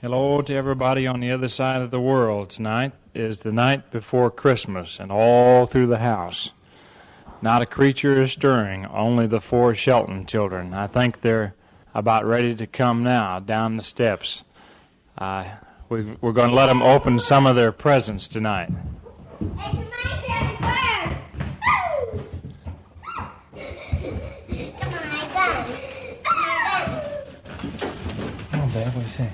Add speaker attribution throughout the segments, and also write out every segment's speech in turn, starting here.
Speaker 1: Hello to everybody on the other side of the world. Tonight is the night before Christmas, and all through the house, not a creature is stirring, only the four Shelton children. I think they're about ready to come now down the steps. Uh, we, we're going to let them open some of their presents tonight. Oh, Dad, what do you think?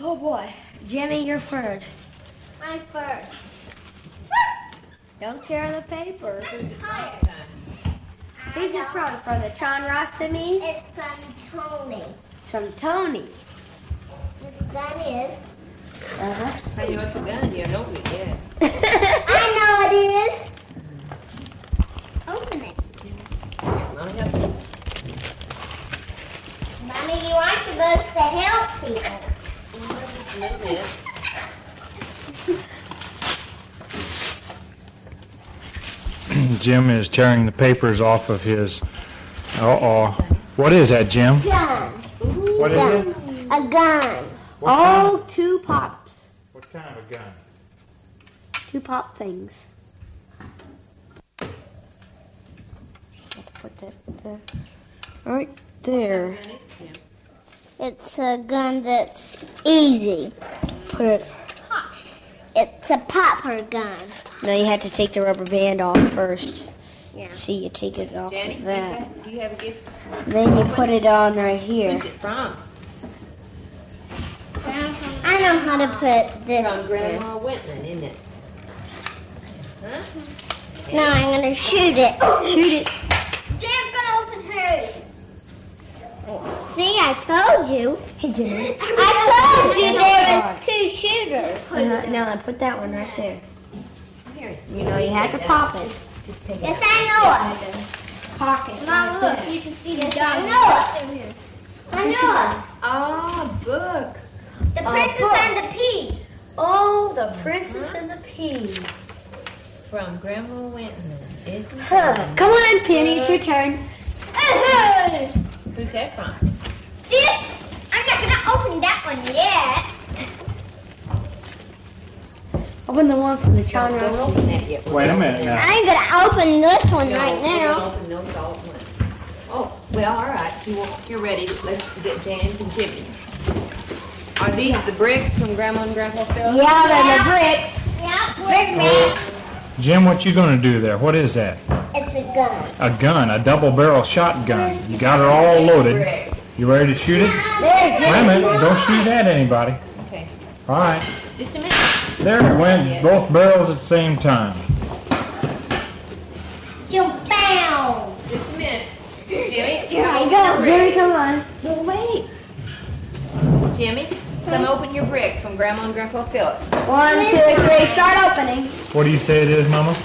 Speaker 2: Oh boy, Jimmy, you're first.
Speaker 3: My first.
Speaker 2: Don't tear the paper.
Speaker 3: Tired.
Speaker 2: Who's it from? From the Tron Rossini?
Speaker 3: It's from Tony.
Speaker 2: It's from Tony.
Speaker 3: This gun is.
Speaker 2: Uh-huh.
Speaker 4: I know it's a gun. You know we did.
Speaker 3: I know it is. Open it.
Speaker 4: Mommy has to
Speaker 3: Mommy, you aren't supposed to help people.
Speaker 4: move it.
Speaker 1: Jim is tearing the papers off of his. Uh oh. What is that, Jim?
Speaker 3: Gun.
Speaker 1: What is it?
Speaker 3: A gun.
Speaker 2: Oh, two pops.
Speaker 1: What kind of a gun?
Speaker 2: Two pop things. Put that there. Right there.
Speaker 3: It's a gun that's easy.
Speaker 2: Put it.
Speaker 3: It's a popper gun.
Speaker 2: No, you have to take the rubber band off first.
Speaker 3: Yeah.
Speaker 2: See, you take it off
Speaker 4: Danny,
Speaker 2: like
Speaker 4: do you
Speaker 2: that.
Speaker 4: have- do you have a gift?
Speaker 2: Then you put it on right here.
Speaker 4: Who's it from?
Speaker 3: I know how to put this.
Speaker 4: From Grandma Winton, isn't it? Huh?
Speaker 3: Now I'm gonna shoot it.
Speaker 2: Shoot it.
Speaker 3: Jan's gonna open hers. See, I told you.
Speaker 2: Hey, Jimmy.
Speaker 3: I told you there was two shooters.
Speaker 2: Now, now then put that one right there.
Speaker 4: Here.
Speaker 2: You know, you have to pop it. Just pick it
Speaker 3: Yes,
Speaker 2: up.
Speaker 3: I know it.
Speaker 2: Pocket.
Speaker 3: Mom, look, you can see the dog. I know it. I know
Speaker 4: Oh, book.
Speaker 3: it. The princess and the pea.
Speaker 2: Oh, the princess and the pea.
Speaker 4: From Grandma Winton. Isn't it?
Speaker 2: Come on, Penny, it's your turn.
Speaker 3: Uh-huh.
Speaker 4: Who's that from?
Speaker 3: This, I'm not gonna open that one yet.
Speaker 2: Open the one from the John
Speaker 4: Don't
Speaker 2: Russell.
Speaker 4: open that yet.
Speaker 1: Wait a minute now.
Speaker 3: I'm gonna open this one
Speaker 4: No,
Speaker 3: right
Speaker 4: we
Speaker 3: now.
Speaker 4: don't open those all at once. Oh, well, all right. You want, you're ready. Let's get Dan's and Jimmy's. Are these the bricks from Grandma and Grandpa Phil?
Speaker 2: Yeah,
Speaker 3: Yeah.
Speaker 2: then the bricks.
Speaker 3: Yeah, Big Max.
Speaker 1: Jim, what you gonna do there? What is that?
Speaker 3: It's a gun.
Speaker 1: A gun, a double barrel shotgun. You got it all loaded.
Speaker 4: Brick.
Speaker 1: You ready to shoot it?
Speaker 3: Big
Speaker 1: Wait a minute, don't shoot at anybody.
Speaker 4: Okay.
Speaker 1: All right.
Speaker 4: Just a minute.
Speaker 1: There it went, both barrels at the same time.
Speaker 3: You bound.
Speaker 4: Just a minute. Jimmy,
Speaker 2: Here I go. Jerry, come on. No, wait.
Speaker 4: Jimmy, come open your brick from Grandma and Grandpa Phillips.
Speaker 2: One, two, three. Start opening.
Speaker 1: What do you say it is, Mama?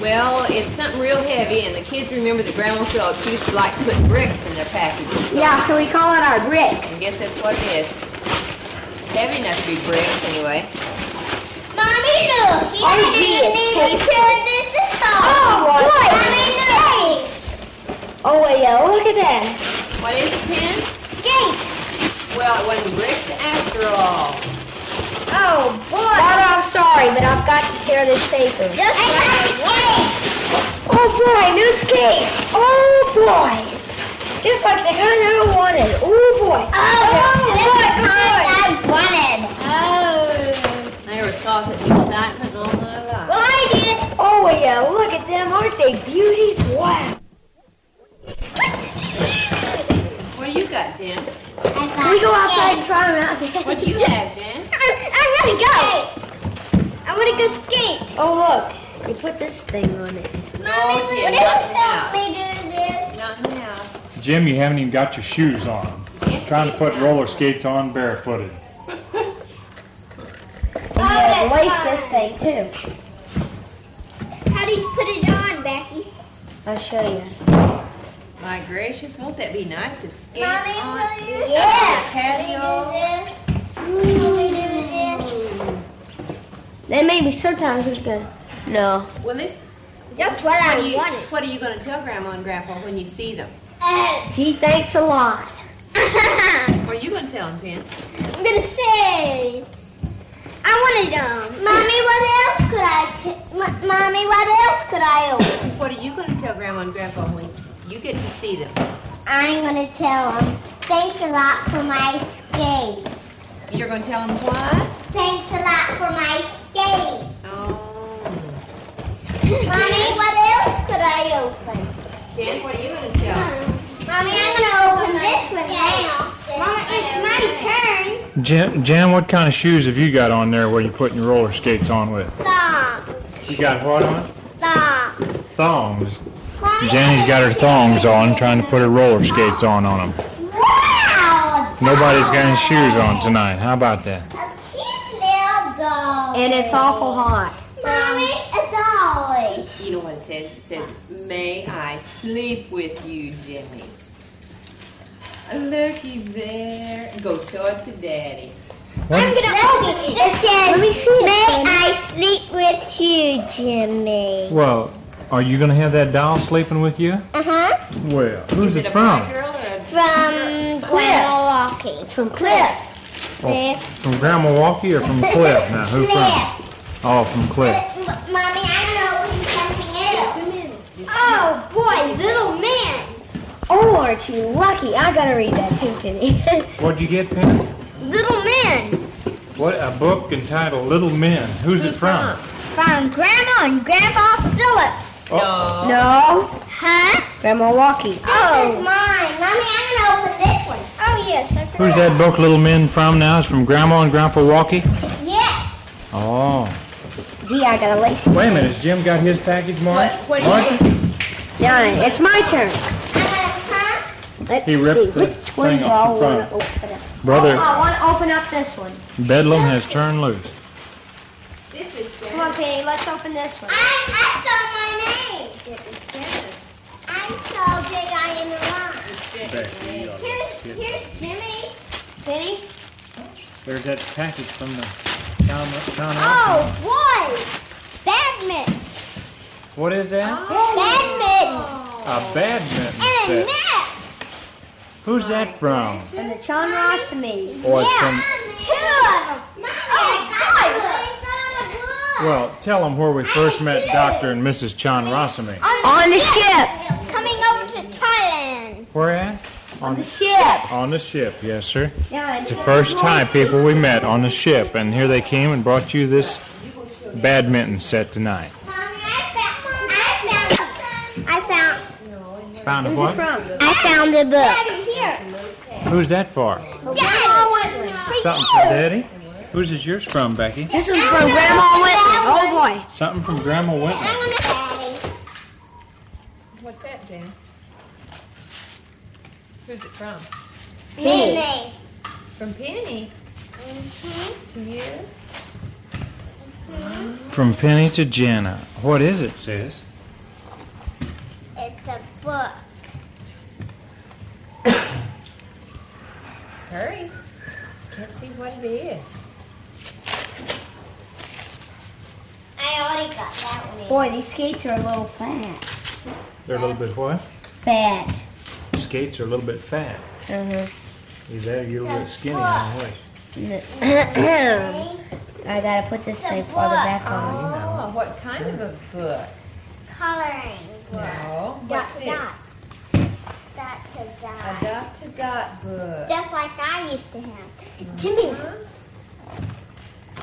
Speaker 4: Well, it's something real heavy, and the kids remember that Grandma Phillips used to like to put bricks in their packages.
Speaker 2: Yeah, so we call it our brick.
Speaker 4: I guess that's what it is. It's heavy enough to be bricks, anyway.
Speaker 3: Mommy, look. He
Speaker 2: Oh,
Speaker 3: had
Speaker 2: yes.
Speaker 3: it in there. He turned this is all.
Speaker 2: Oh, what?
Speaker 3: Mommy, look.
Speaker 2: Oh, wait, yeah, look at that.
Speaker 4: What is it, Pen?
Speaker 3: Skates.
Speaker 4: Well, it wasn't bricks after all.
Speaker 3: Oh, boy.
Speaker 2: Father, I'm sorry, but I've got to tear this paper.
Speaker 3: Just I got skates.
Speaker 2: Oh, boy, new skate. Oh, boy. Just like the gun I wanted. Oh,
Speaker 3: Oh,
Speaker 2: boy.
Speaker 3: this is kind I wanted.
Speaker 2: Oh.
Speaker 4: I never saw such excitement all my life.
Speaker 3: Well, I did.
Speaker 2: Oh, yeah, look at them. Aren't they beauties? Wow.
Speaker 4: What do you got, Jan?
Speaker 3: I got
Speaker 2: We go outside and
Speaker 3: skates.
Speaker 2: try them out there.
Speaker 4: What do you have, Jan?
Speaker 3: I'm, I'm gonna go. I wanna go skate.
Speaker 2: Oh, look. You put this thing on it.
Speaker 3: Mommy,
Speaker 4: Oh,
Speaker 3: would you
Speaker 4: dear, not now.
Speaker 3: help me do this?
Speaker 4: Not in the house.
Speaker 1: Jim, you haven't even got your shoes on. Trying to put roller skates on barefooted.
Speaker 2: And you
Speaker 3: Oh,
Speaker 2: have
Speaker 3: that's
Speaker 2: to lace this
Speaker 3: fine.
Speaker 2: thing, too.
Speaker 3: How do you put it on, Becky?
Speaker 2: I'll show you.
Speaker 4: My gracious, won't that be nice to skate
Speaker 3: Mommy,
Speaker 4: on?
Speaker 3: will you?
Speaker 4: Yes.
Speaker 3: Will we do this? Will we do this?
Speaker 2: Then maybe sometimes it's good. No.
Speaker 4: Well, this,
Speaker 3: That's what
Speaker 4: what,
Speaker 3: I
Speaker 4: are you,
Speaker 3: wanted.
Speaker 4: what are you going to tell Grandma and Grandpa when you see them?
Speaker 3: Uh,
Speaker 2: Gee, thanks a lot.
Speaker 3: I
Speaker 4: What are you going to tell him, Ken?
Speaker 3: I'm gonna say. I wanted um. Mommy, what else could I? T- M- mommy, what else could I open?
Speaker 4: What are you going to tell Grandma and Grandpa when you get to see them?
Speaker 3: I'm gonna tell him. Thanks a lot for my skates.
Speaker 4: You're going to tell them what?
Speaker 3: Thanks a lot for my skates.
Speaker 4: Oh.
Speaker 3: mommy, what else could I open?
Speaker 4: Ken, what are you going to tell?
Speaker 3: Mommy, I'm gonna open this one now. Mama, it's my turn.
Speaker 1: Jan, Jan, what kind of shoes have you got on there where you're putting your roller skates on with?
Speaker 3: Thong,
Speaker 1: You got what on?
Speaker 3: thong.
Speaker 1: Thongs.
Speaker 3: Mommy,
Speaker 1: Janny's got her thongs on, trying to put her roller skates on on them.
Speaker 3: Wow! a
Speaker 1: Nobody's got
Speaker 3: dog.
Speaker 1: any shoes on tonight. How about that?
Speaker 3: A cute little doll.
Speaker 2: And it's awful hot.
Speaker 3: Mommy, a dolly.
Speaker 4: You know what it says? It says, May I sleep with you, Jimmy. Looky there. Go show it to Daddy.
Speaker 3: I'm gonna open it. It says, Let me see may I sleep with you, Jimmy?
Speaker 1: Well, are you going to have that doll sleeping with you?
Speaker 3: Uh-huh.
Speaker 1: Well, who's
Speaker 4: Is
Speaker 1: it
Speaker 4: it a
Speaker 1: from?
Speaker 4: black girl or a
Speaker 3: From Grandma Walking.
Speaker 2: It's from Cliff.
Speaker 1: Oh, from Grandma Walkie or from Cliff? Now, who from? Oh, from Cliff.
Speaker 3: Mommy, I'm gonna open something else. Oh, boy, little man.
Speaker 2: Oh, aren't you lucky? I gotta read that too, Penny.
Speaker 1: What'd you get, Penny?
Speaker 3: Little man.
Speaker 1: What a book entitled Little Men. Who's it from?
Speaker 3: From Grandma and Grandpa Phillips.
Speaker 1: Oh.
Speaker 4: No.
Speaker 2: no, Oh,
Speaker 3: Huh?
Speaker 2: Grandma Walkie.
Speaker 3: This is mine. Mommy, I'm gonna open this one. Oh, yes. I
Speaker 1: Who's that book Little Men from now? It's from Grandma and Grandpa Walkie?
Speaker 3: Yes.
Speaker 1: Oh.
Speaker 2: Gee, I got a lace.
Speaker 1: Wait a minute, has Jim got his package, Mark?
Speaker 4: What, what do you think?
Speaker 2: Done. It's my turn.
Speaker 3: I'm gonna, huh?
Speaker 2: Let's
Speaker 1: He ripped
Speaker 2: see.
Speaker 1: the
Speaker 2: Which one
Speaker 1: thing
Speaker 2: do
Speaker 1: off
Speaker 2: I
Speaker 1: the
Speaker 2: want
Speaker 1: front.
Speaker 2: to open up? Oh,
Speaker 1: Brother
Speaker 2: I want to open up this one.
Speaker 1: Bedlam has turned loose.
Speaker 4: This is
Speaker 2: Come on, Penny. Let's open this one.
Speaker 3: I, I saw my name. I'm so big I am alive. Here's, here's Jimmy.
Speaker 2: Penny.
Speaker 1: There's that package from the town. town
Speaker 3: Oh, boy. Badminton.
Speaker 1: What is that?
Speaker 3: Badminton.
Speaker 1: A badminton
Speaker 3: And a
Speaker 1: set.
Speaker 3: net.
Speaker 1: Who's that from?
Speaker 2: And the Chanrasami.
Speaker 1: Or it's
Speaker 3: yeah,
Speaker 1: from.
Speaker 3: two of them. Oh, boy.
Speaker 1: Well, tell them where we first met Dr. and Mrs. Chan Rossamy.
Speaker 2: On the ship.
Speaker 3: Coming over to Thailand.
Speaker 1: Where at?
Speaker 2: The ship.
Speaker 1: On the ship, yes, sir.
Speaker 2: Yeah,
Speaker 1: It's the first time people we met on the ship, and here they came and brought you this badminton set tonight.
Speaker 3: Mommy, I found, I found, I found,
Speaker 1: Found a
Speaker 2: Who's it
Speaker 1: what?
Speaker 2: from?
Speaker 3: I found a book. Daddy, here.
Speaker 1: Who's that for?
Speaker 3: Daddy, for
Speaker 1: Something
Speaker 3: you.
Speaker 1: for Daddy? Whose is yours from, Becky?
Speaker 2: This one's from Grandma Whitney. Oh, boy.
Speaker 1: Something from Grandma
Speaker 3: I
Speaker 1: Winton.
Speaker 3: want to Daddy.
Speaker 4: What's that, Jan? Who's it from?
Speaker 3: Minnie.
Speaker 4: From Penny to you.
Speaker 1: From Penny to Jana. What is it, sis?
Speaker 3: It's a book.
Speaker 4: Hurry. Can't see what it is.
Speaker 3: I already got that one.
Speaker 2: Oh, Boy, these skates are a little fat.
Speaker 1: They're a little bit what?
Speaker 2: Fat. Uh-huh.
Speaker 1: Skates are a little bit fat. Either that or you're a little bit skinny on the waist.
Speaker 2: I gotta put this thing farther back on.
Speaker 4: Oh, what kind of a book?
Speaker 3: Coloring book.
Speaker 4: No.
Speaker 3: Dot
Speaker 4: What's
Speaker 3: to
Speaker 4: this?
Speaker 3: dot. Dot to
Speaker 4: A
Speaker 3: dot.
Speaker 4: dot to dot book.
Speaker 3: Just like I used to have. Jimmy.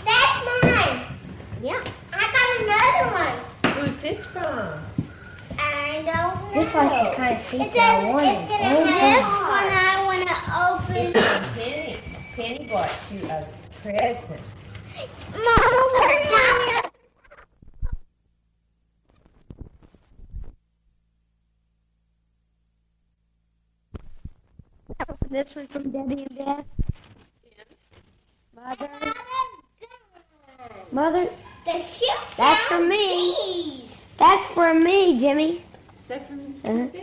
Speaker 3: That's mine. Yeah. I got another one.
Speaker 4: Who's this from?
Speaker 3: I don't know.
Speaker 2: This one's the kind of
Speaker 3: It
Speaker 2: feet
Speaker 3: says
Speaker 2: that I
Speaker 3: uh, Oh. it's gonna have this
Speaker 2: wanted.
Speaker 3: one I want to open.
Speaker 4: Penny. Penny bought you a present.
Speaker 3: Mom, we're not.
Speaker 2: This one's from Debbie and Beth. Mother. Mother.
Speaker 3: The ship.
Speaker 2: That's for
Speaker 3: down
Speaker 2: me.
Speaker 3: these.
Speaker 2: That's for me, Jimmy.
Speaker 4: Is that from?
Speaker 3: Milky.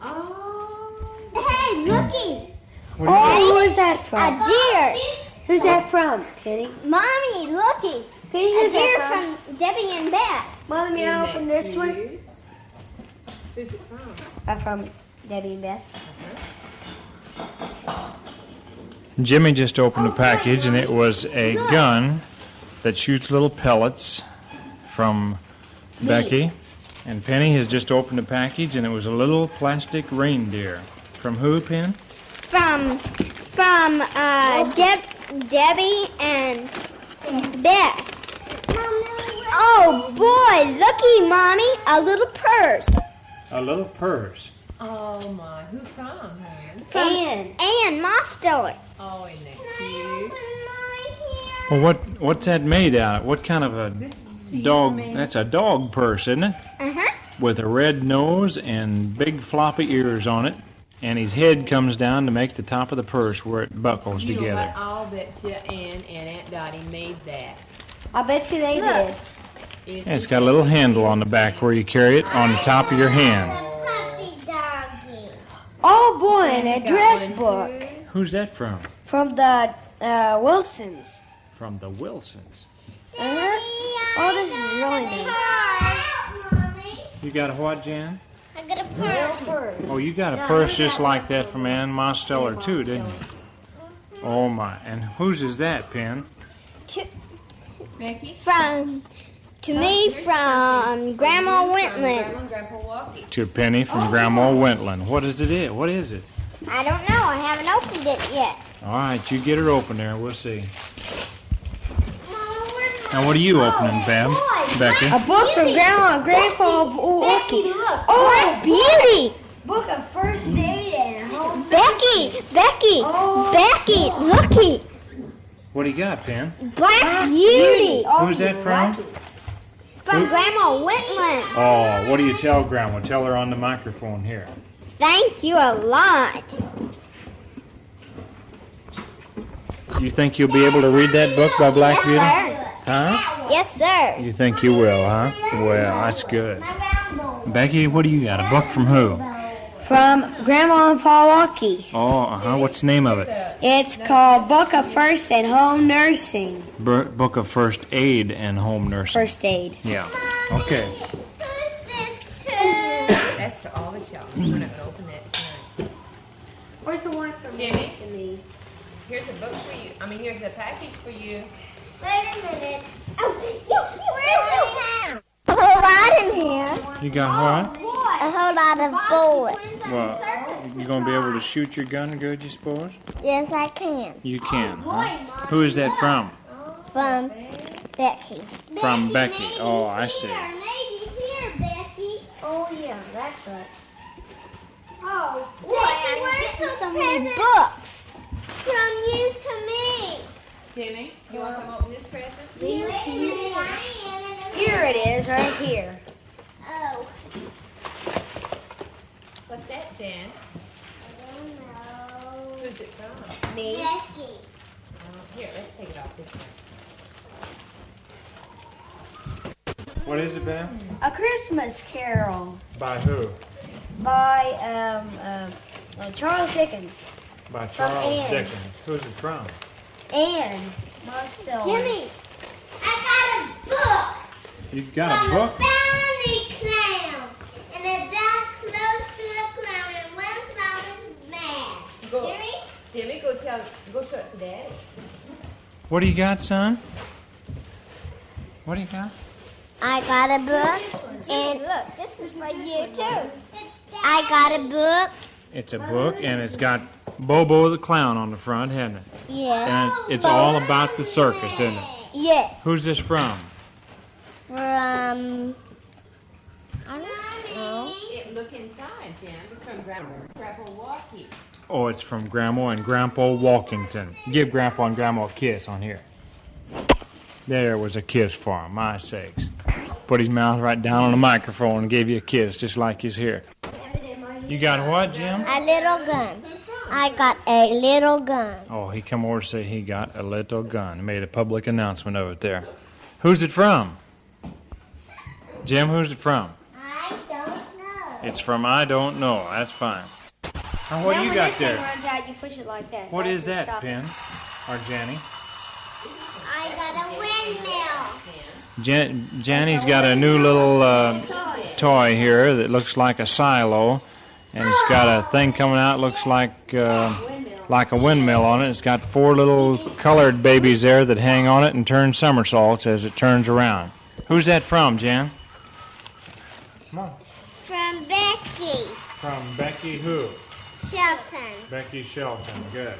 Speaker 4: Oh.
Speaker 3: Hey, Milky.
Speaker 2: Oh, who is that
Speaker 3: A
Speaker 2: from?
Speaker 3: deer.
Speaker 2: Who's that from, Penny?
Speaker 3: Mommy, looky.
Speaker 2: Penny,
Speaker 3: A
Speaker 2: who's
Speaker 3: deer
Speaker 2: that from?
Speaker 3: from Debbie and Beth.
Speaker 2: Mother, may I open this one?
Speaker 4: Who's it from?
Speaker 2: Uh, from Debbie and Beth.
Speaker 1: Jimmy just opened a package, and it was a gun that shoots little pellets from Becky. And Penny has just opened a package, and it was a little plastic reindeer. From who, Pen?
Speaker 3: From from uh, Deb, Debbie and Beth. Oh boy, looky, mommy, a little purse.
Speaker 1: A little purse.
Speaker 4: Oh my, who from, man?
Speaker 3: From
Speaker 2: Ann.
Speaker 3: Ann Mosteller.
Speaker 4: Oh, isn't that cute?
Speaker 1: Well, what what's that made out of? What kind of a dog? That's a dog purse, isn't it?
Speaker 3: Uh huh.
Speaker 1: With a red nose and big floppy ears on it. And his head comes down to make the top of the purse where it buckles
Speaker 4: You know
Speaker 1: together.
Speaker 4: what? I'll bet you Ann and Aunt Dottie made that.
Speaker 2: I bet you they
Speaker 3: Look.
Speaker 2: did.
Speaker 4: It-
Speaker 1: And it's got a little handle on the back where you carry it on the top of your hand.
Speaker 3: Puppy doggy.
Speaker 2: Oh boy, an address
Speaker 4: one
Speaker 2: book
Speaker 1: Who's that from?
Speaker 2: from the uh, Wilsons.
Speaker 1: From the Wilsons.
Speaker 2: Uh-huh. Oh, this is really nice.
Speaker 1: You got a what, Jan?
Speaker 3: I got a purse.
Speaker 1: Oh, you got a purse just like that from Ann Mosteller too, didn't you? Oh my! And whose is that, Pen?
Speaker 4: Becky?
Speaker 3: From to me from Grandma Wentland.
Speaker 4: Grandma and Grandpa Walkie.
Speaker 1: To Penny
Speaker 3: Oh.
Speaker 1: from Grandma Wentland. What is it? It. What is it?
Speaker 3: I don't know. I haven't opened it yet.
Speaker 1: All right, you get it open there. We'll see. Now, what are
Speaker 3: Oh,
Speaker 1: you opening, Pam? Becky?
Speaker 2: A book from Grandma and Grandpa Walkie.
Speaker 3: look. Oh, beauty.
Speaker 2: Book of first date and home.
Speaker 3: Becky, Becky, Becky, looky.
Speaker 1: What do you got, Pen?
Speaker 3: Black Beauty
Speaker 1: Who's that from?
Speaker 3: from Grandma Whitland.
Speaker 1: Oh, what do you tell Grandma? Tell her on the microphone here.
Speaker 3: Thank you a lot.
Speaker 1: You think you'll be able to read that book by Black Beauty?
Speaker 3: Yes,
Speaker 1: Huh?
Speaker 3: sir. Yes, sir.
Speaker 1: You think you will, huh? Well, that's good. Becky, what do you got? A book from who?
Speaker 2: From Grandma and Pa Walkie.
Speaker 1: Oh, uh huh. What's the name of it?
Speaker 2: It's called Book of First and Home Nursing.
Speaker 1: Bur- book of First Aid and Home Nursing.
Speaker 2: First aid.
Speaker 1: Yeah. Okay.
Speaker 3: Who's this to?
Speaker 4: That's to all the shops. We're not gonna open that tonight.
Speaker 2: Where's the one from
Speaker 4: Jimmy? Here's a book for you. I mean, here's a package for you.
Speaker 3: Wait a minute. Oh, you, you, where's A whole lot in here.
Speaker 1: You got
Speaker 3: A whole lot of bullets.
Speaker 1: what? Well, you gonna be able to shoot your gun good, you suppose?
Speaker 3: Yes, I can.
Speaker 1: You can. Huh? Who is that from?
Speaker 3: From Becky.
Speaker 1: From Becky. Oh, I see.
Speaker 3: Maybe here, Becky. Oh, yeah, that's right. Oh, boy, Becky, where's the so many books? From you to me.
Speaker 4: Jimmy, you want to come open this present?
Speaker 3: You to me. I am
Speaker 2: Here it is, right here.
Speaker 3: Oh,
Speaker 4: What's that, Jan? Who's it from?
Speaker 3: Me. Becky.
Speaker 4: Uh, here, let's take it off this one.
Speaker 1: What is it, Bam?
Speaker 2: A Christmas Carol
Speaker 1: By who?
Speaker 2: by um, uh, uh, Charles Dickens.
Speaker 1: By
Speaker 2: Charles Ann. Dickens.
Speaker 1: Who's it from?
Speaker 2: And Marcel.
Speaker 3: Jimmy. I got a book.
Speaker 1: You got a book?
Speaker 3: bounty clown. And a dog close to a clown and one clown is mad.
Speaker 4: Go. Jimmy, go tell, go show it to Daddy.
Speaker 1: What do you got, son? What do you got?
Speaker 3: I got a book. And look, this is for you too. I got a book.
Speaker 1: It's a book, and it's got Bobo the Clown on the front, hasn't it?
Speaker 3: Yeah.
Speaker 1: And it's, it's all about the circus, isn't it?
Speaker 3: Yes.
Speaker 1: Who's this from?
Speaker 3: From I don't know.
Speaker 4: It, look inside, Jan. It's from Grandpa, Grandpa Walkie.
Speaker 1: Oh, it's from Grandma and Grandpa Walkington. Give Grandpa and Grandma a kiss on here. There was a kiss for him, my sakes. Put his mouth right down on the microphone and gave you a kiss, just like he's here. You got what, Jim?
Speaker 3: A little gun. I got a little gun.
Speaker 1: Oh, he come over to say he got a little gun. Made a public announcement of it there. Who's it from? Jim, who's it from?
Speaker 3: I don't know.
Speaker 1: It's from I don't know. That's fine. Now, what do you got there?
Speaker 2: runs out, you push it like that.
Speaker 1: What is that, Pen? Or Jenny?
Speaker 3: I got a windmill.
Speaker 1: Jan- Janny's got a new little uh, toy here that looks like a silo, and it's got a thing coming out looks like uh, like a windmill on it. It's got four little colored babies there that hang on it and turn somersaults as it turns around. Who's that from, Jan?
Speaker 3: From Becky
Speaker 1: From Becky who?
Speaker 3: Shelton.
Speaker 1: Becky Shelton. Good.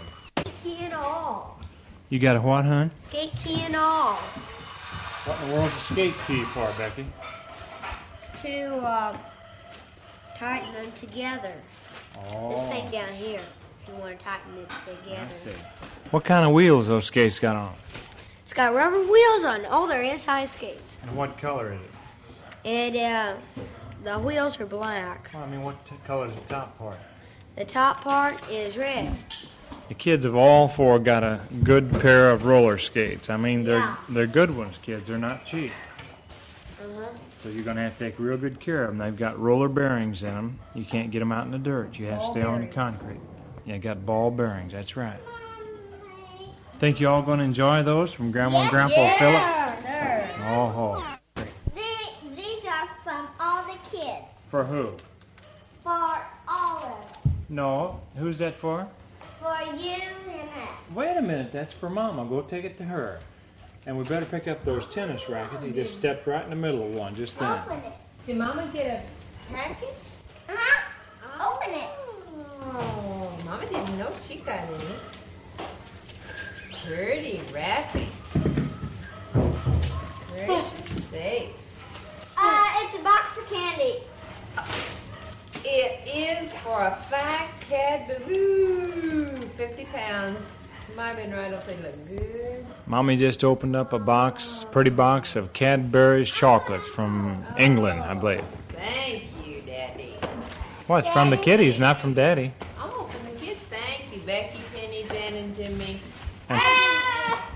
Speaker 5: Key and all.
Speaker 1: You got a what, hun?
Speaker 5: Skate key and all.
Speaker 1: What in the world's a skate key for, Becky?
Speaker 5: It's to uh, tighten them together. This thing down here. If you want to tighten it together.
Speaker 1: What kind of wheels those skates got on?
Speaker 5: It's got rubber wheels on. All their inside skates.
Speaker 1: And what color is it?
Speaker 5: And uh, the wheels are black.
Speaker 1: Well, I mean, what t- color is the top part?
Speaker 5: The top part is red.
Speaker 1: The kids have all four got a good pair of roller skates. I mean, they're
Speaker 5: Yeah.
Speaker 1: they're good ones, kids. They're not cheap. So you're going to have to take real good care of them. They've got roller bearings in them. You can't get them out in the dirt. You have to stay on the concrete. Yeah, got ball bearings. That's right. Think you all going to enjoy those from Grandma and Grandpa Philip? Oh, oh.
Speaker 3: The- These are from all the kids.
Speaker 1: for who?
Speaker 3: For all of us.
Speaker 1: No, who's that for?
Speaker 3: For you and us.
Speaker 1: Wait a minute, that's for Mama. Go take it to her. And we better pick up those tennis rackets. He just stepped right in the middle of one just then.
Speaker 3: Open it.
Speaker 4: Did Mama get
Speaker 3: Package?
Speaker 4: Oh,
Speaker 3: Uh-huh. Open it.
Speaker 4: a? Oh, Mama didn't know she got any. Pretty raffy. Gracious sakes.
Speaker 3: Uh, it's a box of candy.
Speaker 4: It is for a fact, Cadbaloo. 50 pounds. Might have been right up. They look good.
Speaker 1: Mommy just opened up a box, pretty box of Cadbury's chocolates from England, I believe.
Speaker 4: Thank you, Daddy.
Speaker 1: Well, it's from the kiddies, not from Daddy.
Speaker 4: Oh, from the kid. Thank you, Becky, Penny, Jan, and Jimmy.
Speaker 3: Uh,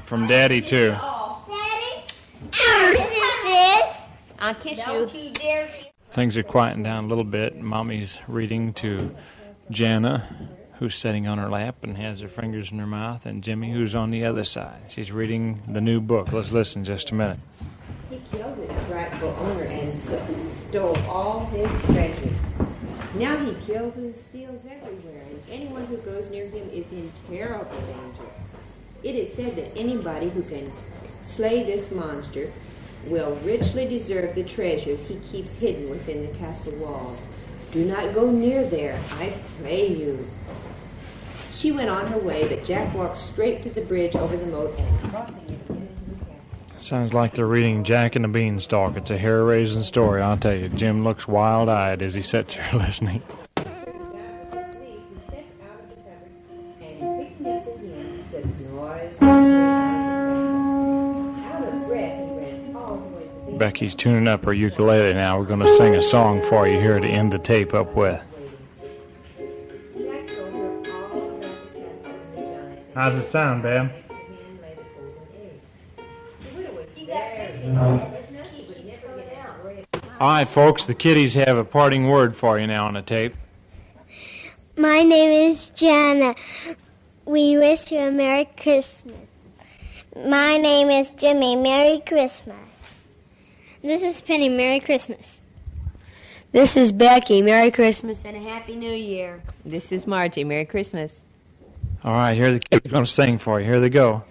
Speaker 1: From Daddy, too.
Speaker 4: Oh,
Speaker 3: Daddy? This is this.
Speaker 4: I'll kiss
Speaker 3: Don't
Speaker 4: you.
Speaker 3: you dare be
Speaker 1: Things are quieting down a little bit. Mommy's reading to Jana, who's sitting on her lap and has her fingers in her mouth, and Jimmy, who's on the other side. She's reading the new book. Let's listen just a minute.
Speaker 4: He killed its rightful owner and so- stole all his treasures. Now he kills and steals everywhere, and anyone who goes near him is in terrible danger. It is said that anybody who can slay this monster will richly deserve the treasures he keeps hidden within the castle walls. Do not go near there, I pray you. She went on her way, but Jack walked straight to the bridge over the moat and crossing it went into the castle.
Speaker 1: Sounds like they're reading Jack and the Beanstalk. It's a hair raising story, I'll tell you. Jim looks wild eyed as he sits there listening. Becky's tuning up her ukulele now. We're going to sing a song for you here to end the tape up with. How's it sound, Bab? All right, folks, the kiddies have a parting word for you now on the tape.
Speaker 3: My name is Jana. We wish you a Merry Christmas. My name is Jimmy. Merry Christmas. This is Penny. Merry Christmas.
Speaker 5: This is Becky. Merry Christmas and a Happy New Year.
Speaker 4: This is Margie. Merry Christmas.
Speaker 1: All right, here the kids are going to sing for you. Here they go.